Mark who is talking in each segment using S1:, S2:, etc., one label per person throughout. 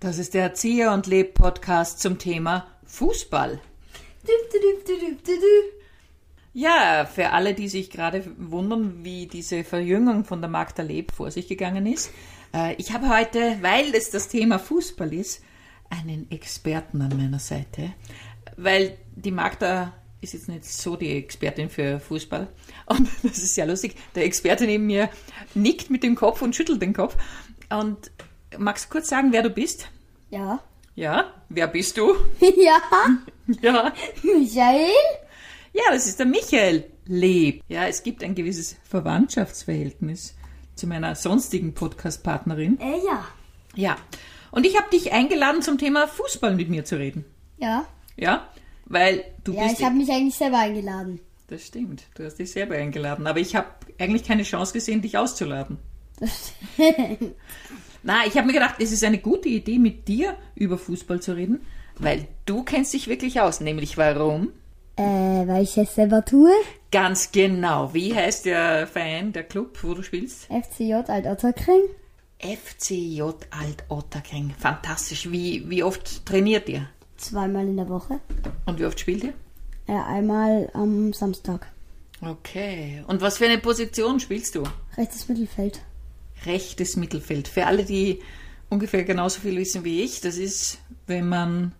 S1: Das ist der Erzieher und Leb Podcast zum Thema Fußball. Ja, für alle, die sich gerade wundern, wie diese Verjüngung von der Magda Leb vor sich gegangen ist. äh, Ich habe heute, weil es das Thema Fußball ist, einen Experten an meiner Seite. Weil die Magda ist jetzt nicht so die Expertin für Fußball. Und das ist ja lustig. Der Experte neben mir nickt mit dem Kopf und schüttelt den Kopf. Und magst du kurz sagen, wer du bist?
S2: Ja.
S1: Ja, wer bist du?
S2: Ja,
S1: Ja.
S2: Michael?
S1: Ja, das ist der Michael Leb. Ja, es gibt ein gewisses Verwandtschaftsverhältnis zu meiner sonstigen Podcast-Partnerin.
S2: Äh, ja.
S1: Ja. Und ich habe dich eingeladen, zum Thema Fußball mit mir zu reden.
S2: Ja.
S1: Ja? Weil du
S2: Ja,
S1: bist.
S2: ich habe mich eigentlich selber eingeladen.
S1: das stimmt. Du hast dich selber eingeladen. Aber ich habe eigentlich keine Chance gesehen, dich auszuladen. Na, ich habe mir gedacht, es ist eine gute Idee, mit dir über Fußball zu reden, weil du kennst dich wirklich aus. Nämlich warum?
S2: Äh, weil ich es selber tue.
S1: Ganz genau. Wie heißt der Verein, der Club, wo du spielst?
S2: FCJ Alt-Otterkring.
S1: FCJ Alt Otterkring. Fantastisch. Wie, wie oft trainiert ihr?
S2: Zweimal in der Woche.
S1: Und wie oft spielt ihr?
S2: Äh, einmal am Samstag.
S1: Okay. Und was für eine Position spielst du?
S2: Rechtes Mittelfeld.
S1: Rechtes Mittelfeld. Für alle, die ungefähr genauso viel wissen wie ich, das ist, wenn man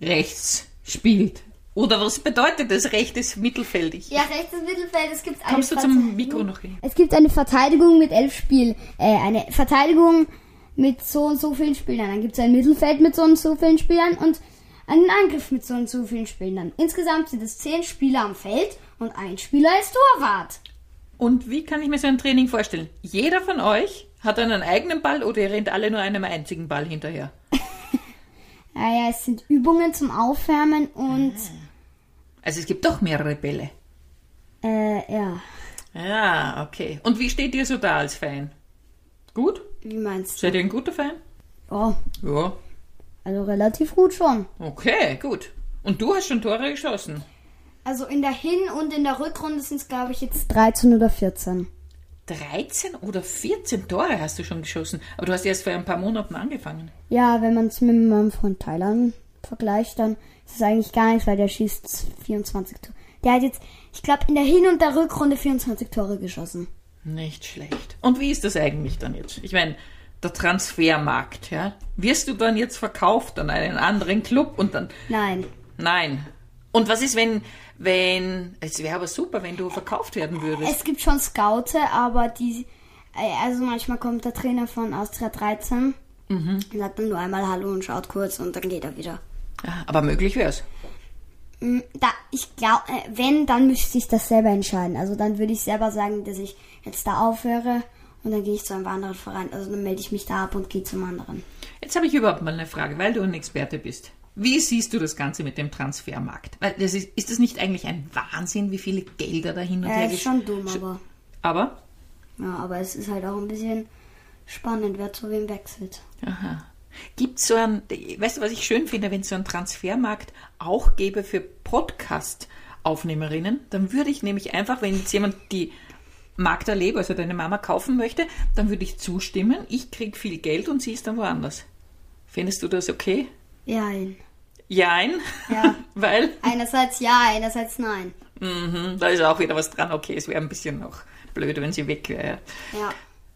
S1: rechts spielt. Oder was bedeutet das rechtes Mittelfeld? Ich,
S2: Ja, rechtes Mittelfeld. Es gibt eine
S1: kommst du zum Mikro noch hin?
S2: Es gibt eine Verteidigung mit elf Spielen. Äh, eine Verteidigung mit so und so vielen Spielern. Dann gibt es ein Mittelfeld mit so und so vielen Spielern und einen Angriff mit so und so vielen Spielern. Insgesamt sind es zehn Spieler am Feld und ein Spieler ist Torwart.
S1: Und wie kann ich mir so ein Training vorstellen? Jeder von euch hat einen eigenen Ball oder ihr rennt alle nur einem einzigen Ball hinterher?
S2: Naja, es sind Übungen zum Aufwärmen und
S1: Also es gibt doch mehrere Bälle.
S2: äh, ja.
S1: Ja, okay. Und wie steht ihr so da als Fan? Gut?
S2: Wie meinst
S1: Seid ihr ein guter Fan?
S2: du? Oh,
S1: Ja.
S2: also relativ gut schon.
S1: Okay, gut. Und du hast schon Tore geschossen.
S2: Also in der Hin- und in der Rückrunde sind es, glaube ich, jetzt 13 oder 14.
S1: 13 oder 14 Tore hast du schon geschossen. Aber du hast erst vor ein paar Monaten angefangen.
S2: Ja, wenn man es mit meinem Freund Thailand vergleicht, dann ist es eigentlich gar nichts, weil der schießt 24 Tore. Der hat jetzt, ich glaube, in der Hin- und der Rückrunde 24 Tore geschossen.
S1: Nicht schlecht. Und wie ist das eigentlich dann jetzt? Ich meine, der Transfermarkt, ja? Wirst du dann jetzt verkauft an einen anderen Club und dann.
S2: Nein.
S1: Nein. Und was ist, wenn. wenn. Es wäre aber super, wenn du verkauft werden würdest.
S2: Es gibt schon Scoute, aber die, äh, also manchmal kommt der Trainer von Austria 13 und sagt dann nur einmal Hallo und schaut kurz und dann geht er wieder.
S1: Ja, aber möglich wär's.
S2: Mm, Da, ich glaube, äh, wenn, dann müsste ich das selber entscheiden. Also dann würde ich selber sagen, dass ich jetzt da aufhöre und dann gehe ich zu einem anderen Verein. Also dann melde ich mich da ab und gehe zum anderen.
S1: Jetzt habe ich überhaupt mal eine Frage, weil du ein Experte bist. Wie siehst du das Ganze mit dem Transfermarkt? Weil das ist, ist das nicht eigentlich ein Wahnsinn, wie viele Gelder da hin und
S2: Ja,
S1: her
S2: ist
S1: gesch-
S2: schon dumm, aber.
S1: Aber,
S2: Ja, aber es ist halt auch ein bisschen spannend, wer zu wem wechselt.
S1: aha. Gibt so ein, weißt du, was ich schön finde, wenn es so einen Transfermarkt auch gäbe für Podcast-Aufnehmerinnen, dann würde ich nämlich einfach, wenn jetzt jemand die Magda Leber, also deine Mama, kaufen möchte, dann würde ich zustimmen, ich kriege viel Geld und sie ist dann woanders. Findest du das okay?
S2: Ja, ein.
S1: Jein.
S2: Ja.
S1: weil.
S2: einerseits ja, einerseits nein.
S1: Mhm, da ist auch wieder was dran. Okay, es wäre ein bisschen noch blöd, wenn sie weg wäre.
S2: Ja.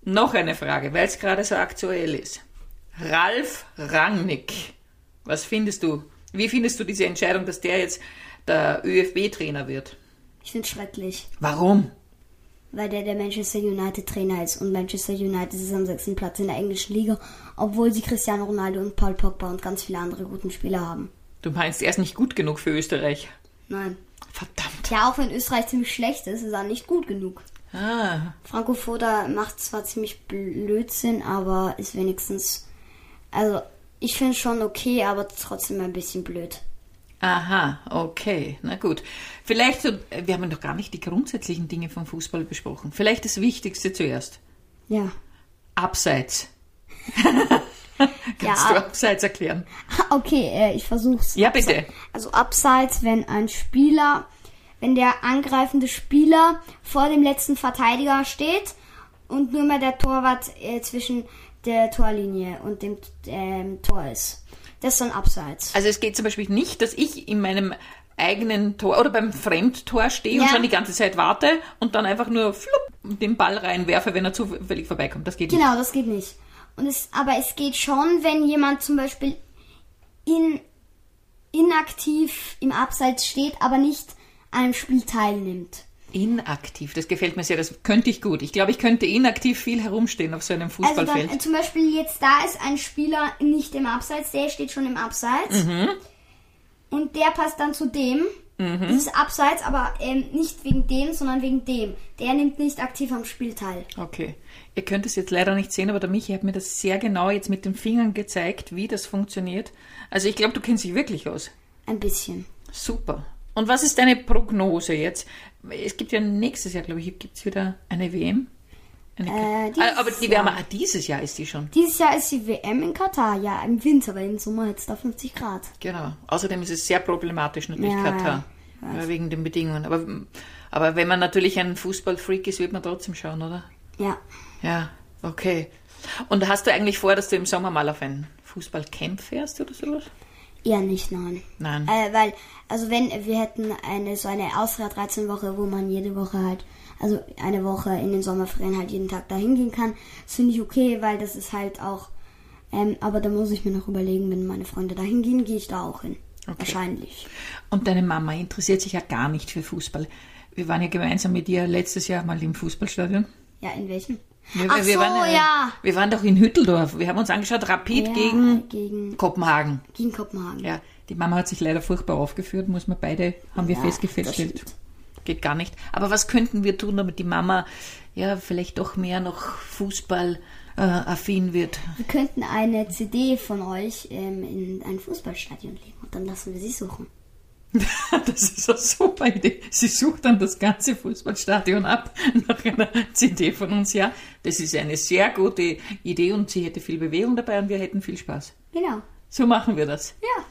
S1: Noch eine Frage, weil es gerade so aktuell ist. Ralf Rangnick, was findest du? Wie findest du diese Entscheidung, dass der jetzt der ÖFB-Trainer wird?
S2: Ich find's schrecklich,
S1: Warum?
S2: weil der der Manchester United Trainer ist und Manchester United ist am sechsten Platz in der englischen Liga, obwohl sie Cristiano Ronaldo und Paul Pogba und ganz viele andere guten Spieler haben.
S1: Du meinst, er ist nicht gut genug für Österreich.
S2: Nein.
S1: Verdammt.
S2: Ja, auch wenn Österreich ziemlich schlecht ist, ist er nicht gut genug.
S1: Ah,
S2: Franco Foda macht zwar ziemlich Blödsinn, aber ist wenigstens. Also, ich finde schon okay, aber trotzdem ein bisschen blöd.
S1: aha, okay, na gut. Vielleicht, so- wir haben noch gar nicht die grundsätzlichen Dinge vom Fußball besprochen. Vielleicht das Wichtigste zuerst.
S2: Ja.
S1: Abseits. Kannst du
S2: Ja,
S1: Abseits erklären?
S2: okay, äh, ich versuch's.
S1: Ja, bitte.
S2: Also abseits, wenn ein Spieler, wenn der angreifende Spieler vor dem letzten Verteidiger steht und nur mehr der Torwart äh, zwischen der Torlinie und dem ähm, Tor ist. Das ist dann abseits.
S1: Also es geht zum Beispiel nicht, dass ich in meinem eigenen Tor oder beim Fremdtor stehe und
S2: Ja.
S1: schon die ganze Zeit warte und dann einfach nur flupp den Ball reinwerfe, wenn er zufällig vorbeikommt. Das geht nicht.
S2: Genau, das geht nicht. Und es, aber es geht schon, wenn jemand zum Beispiel in, inaktiv im Abseits steht, aber nicht an einem Spiel teilnimmt.
S1: Inaktiv, das gefällt mir sehr, das könnte ich gut. Ich glaube, ich könnte inaktiv viel herumstehen auf so einem
S2: Also dann,
S1: Fußballfeld.
S2: äh, zum Beispiel jetzt da ist ein Spieler nicht im Abseits, der steht schon im Abseits. Und der passt dann zu dem. Das ist Abseits, aber ähm, nicht wegen dem, sondern wegen dem. Der nimmt nicht aktiv am Spiel teil.
S1: Okay. Ihr könnt es jetzt leider nicht sehen, aber der Michi hat mir das sehr genau jetzt mit den Fingern gezeigt, wie das funktioniert. Also ich glaube, du kennst dich wirklich aus.
S2: Ein bisschen.
S1: Super. Und was ist deine Prognose jetzt? Es gibt ja nächstes Jahr, glaube ich, gibt es wieder eine WM. Eine
S2: Äh,
S1: Ka- Ah, aber
S2: dieses
S1: die WM, ah, dieses Jahr ist die schon.
S2: Dieses Jahr ist die WM in Katar. Ja, im Winter, weil im Sommer hat es da 50 Grad.
S1: Genau. Außerdem ist es sehr problematisch natürlich
S2: Ja,
S1: Katar. Ja, wegen den Bedingungen. Aber, aber wenn man natürlich ein Fußballfreak ist, wird man trotzdem schauen, oder?
S2: Ja.
S1: Ja, okay. Und hast du eigentlich vor, dass du im Sommer mal auf ein Fußballcamp fährst oder sowas?
S2: Eher nicht, nein.
S1: Nein.
S2: Äh, weil, also wenn wir hätten eine so eine Ausfahrt 13 Woche, wo man jede Woche halt, also eine Woche in den Sommerferien halt jeden Tag dahin gehen kann, das finde ich okay, weil das ist halt auch, ähm, aber da muss ich mir noch überlegen, wenn meine Freunde dahin gehen, gehe ich da auch hin. Wahrscheinlich.
S1: Und deine Mama interessiert sich ja gar nicht für Fußball. Wir waren ja gemeinsam mit ihr letztes Jahr mal im Fußballstadion.
S2: Ja, in welchem?
S1: Wir,
S2: Ach so,
S1: waren,
S2: ja.
S1: Wir waren doch in Hütteldorf. Wir haben uns angeschaut, Rapid
S2: Ja,
S1: gegen
S2: gegen,
S1: Kopenhagen.
S2: gegen Kopenhagen.
S1: Ja, die Mama hat sich leider furchtbar aufgeführt, muss man beide, haben wir
S2: Ja, das
S1: festgestellt.
S2: stimmt.
S1: Geht gar nicht. Aber was könnten wir tun, damit die Mama ja vielleicht doch mehr noch Fußball äh, affin wird?
S2: Wir könnten eine CD von euch ähm, in ein Fußballstadion legen und dann lassen wir sie suchen.
S1: Das ist eine super Idee. Sie sucht dann das ganze Fußballstadion ab nach einer CD von uns, ja. Das ist eine sehr gute Idee und sie hätte viel Bewegung dabei und wir hätten viel Spaß.
S2: Genau.
S1: So machen wir das.
S2: Ja.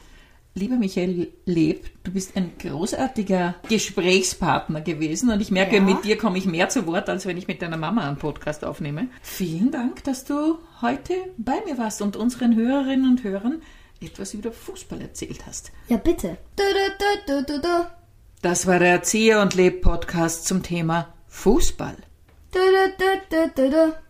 S1: Lieber Michael Leb, du bist ein großartiger Gesprächspartner gewesen und ich merke,
S2: Ja.
S1: mit dir komme ich mehr zu Wort, als wenn ich mit deiner Mama einen Podcast aufnehme. Vielen Dank, dass du heute bei mir warst und unseren Hörerinnen und Hörern etwas über Fußball erzählt hast.
S2: Ja, bitte. Du, du, du, du, du, du.
S1: Das war der Erzieher und Leb Podcast zum Thema Fußball.
S2: Du, du, du, du, du, du.